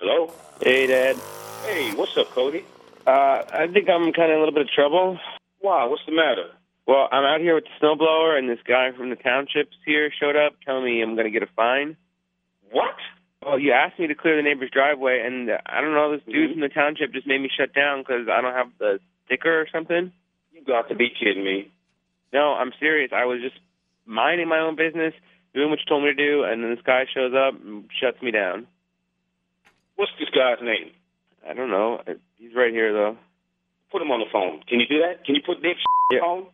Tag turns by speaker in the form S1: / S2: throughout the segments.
S1: Joe.
S2: Hey, Dad.
S1: Hey, what's up, Cody?
S2: Uh, I think I'm kind of in a little bit of trouble.
S1: Wow, what's the matter?
S2: Well, I'm out here with the snowblower, and this guy from the townships here showed up telling me I'm going to get a fine.
S1: What?
S2: Well, you asked me to clear the neighbor's driveway, and uh, I don't know, this dude
S1: Mhm.
S2: from the township just made me shut down because I don't have the sticker or something.
S1: You got to be kidding me.
S2: No, I'm serious. I was just minding my own business, doing what you told me to do, and then this guy shows up and shuts me down.
S1: What's this guy's name?
S2: I don't know. He's right here, though.
S1: Put him on the phone. Can you do that? Can you put Dave
S2: Yeah.
S1: on the phone?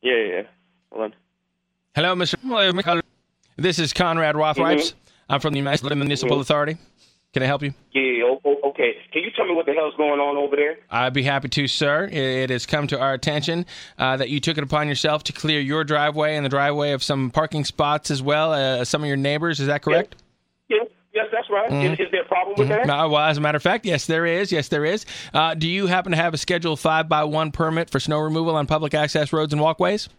S2: Yeah, yeah, yeah. Hold on.
S3: Hello, Mr. This is Conrad Rothwipes. I'm from the United Municipal
S1: Mhm.
S3: Authority. Can I help you?
S1: Yeah, o- o- okay. Can you tell me what the hell's going on over there?
S3: I'd be happy to, sir. It has come to our attention uh, that you took it upon yourself to clear your driveway and the driveway of some parking spots as well, uh, some of your neighbors. Is that correct?
S1: Yeah, yes, that's right.
S3: Mm-hmm.
S1: Is, is there a problem with that?
S3: Uh, well, as a matter of fact, yes, there is. Yes, there is. Uh, do you happen to have a Schedule 5 by 1 permit for snow removal on public access roads and walkways?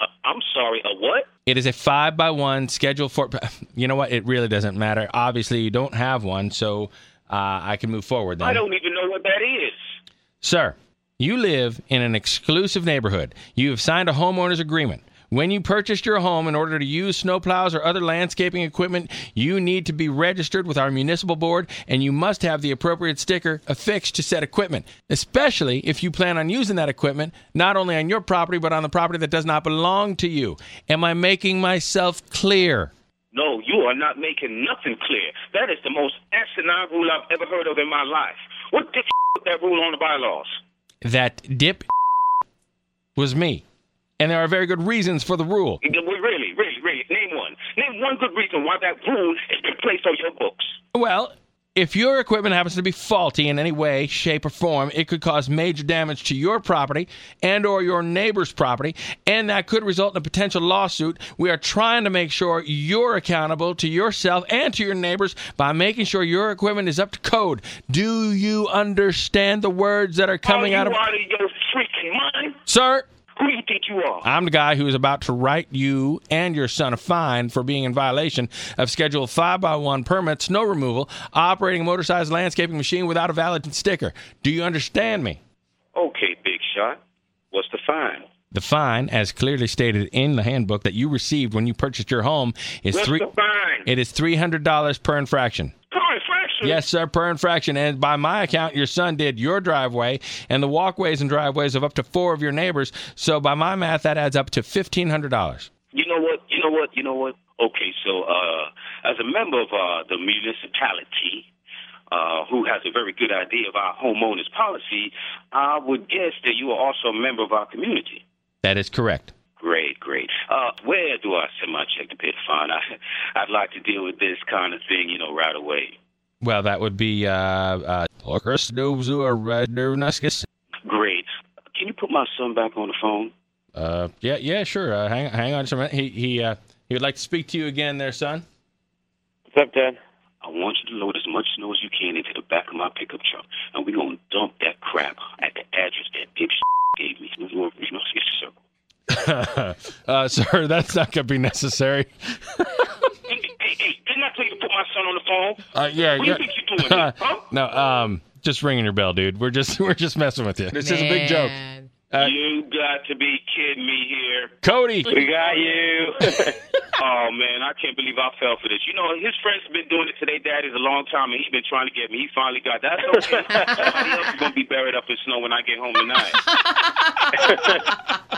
S1: Uh, I'm sorry, a what?
S3: It is a five by one schedule for. You know what? It really doesn't matter. Obviously, you don't have one, so uh, I can move forward then.
S1: I don't even know what that is.
S3: Sir, you live in an exclusive neighborhood. You have signed a homeowner's agreement. When you purchased your home in order to use snowplows or other landscaping equipment, you need to be registered with our municipal board and you must have the appropriate sticker affixed to said equipment, especially if you plan on using that equipment not only on your property but on the property that does not belong to you. Am I making myself clear?
S1: No, you are not making nothing clear. That is the most asinine rule I've ever heard of in my life. What dick put that rule on the bylaws?
S3: That dip was me. And there are very good reasons for the rule.
S1: Yeah, well, Really, really, really. Name one. Name one good reason why that rule has been placed on your books.
S3: Well, if your equipment happens to be faulty in any way, shape, or form, it could cause major damage to your property and or your neighbor's property, and that could result in a potential lawsuit. We are trying to make sure you're accountable to yourself and to your neighbors by making sure your equipment is up to code. Do you understand the words that are coming
S1: are Oh, you
S3: out of
S1: out of your freaking mind?
S3: Sir,
S1: Who do you think you are?
S3: I'm the guy who is about to write you and your son a fine for being in violation of Schedule 5 by 1 permit snow removal, operating a motorized landscaping machine without a valid sticker. Do you understand me?
S1: Okay, big shot. What's the fine?
S3: The fine, as clearly stated in the handbook that you received when you purchased your home, is
S1: What's
S3: three.
S1: the fine?
S3: It is three hundred dollars per infraction.
S1: Current fraction.
S3: Yes, sir, per infraction. And by my account, your son did your driveway and the walkways and driveways of up to four of your neighbors. So by my math, that adds up to fifteen hundred dollars.
S1: You know what? You know what? You know what? Okay, so uh, as a member of uh, the municipality, uh, who has a very good idea of our homeowners policy, I would guess that you are also a member of our community.
S3: That is correct.
S1: Great, great. Uh, where do I send my check to pay the fine? I, I'd like to deal with this kind of thing, you know, right away.
S3: Well, that would be uh, uh, Orcus Dozu or Radurnaskis.
S1: Great. Can you put my son back on the phone?
S3: Uh, yeah, yeah, sure. Uh, hang, hang on just a minute. He he uh, he would like to speak to you again, there, son.
S2: What's up, Dad?
S1: I want you to load as much snow as you can into the back of my pickup truck, and we're going to dump that crap at the address that big gave me. You know, you know, it's a circle.
S3: uh, sir, that's not going to be necessary.
S1: Hey, hey, hey, didn't I tell you to put my son on the phone?
S3: Uh, yeah,
S1: What do you
S3: yeah.
S1: think you're doing, man? Huh?
S3: no, um, just ringing your bell, dude. We're just we're just messing with you. This is a big joke.
S4: Man.
S3: Uh,
S1: you got to be kidding me here.
S3: Cody,
S2: We got you.
S1: oh man, I can't believe I fell for this. You know, his friends have been doing it to their daddies a long time, and he's been trying to get me. He finally got that. That's okay. Somebody else is gonna be buried up in snow when I get home tonight.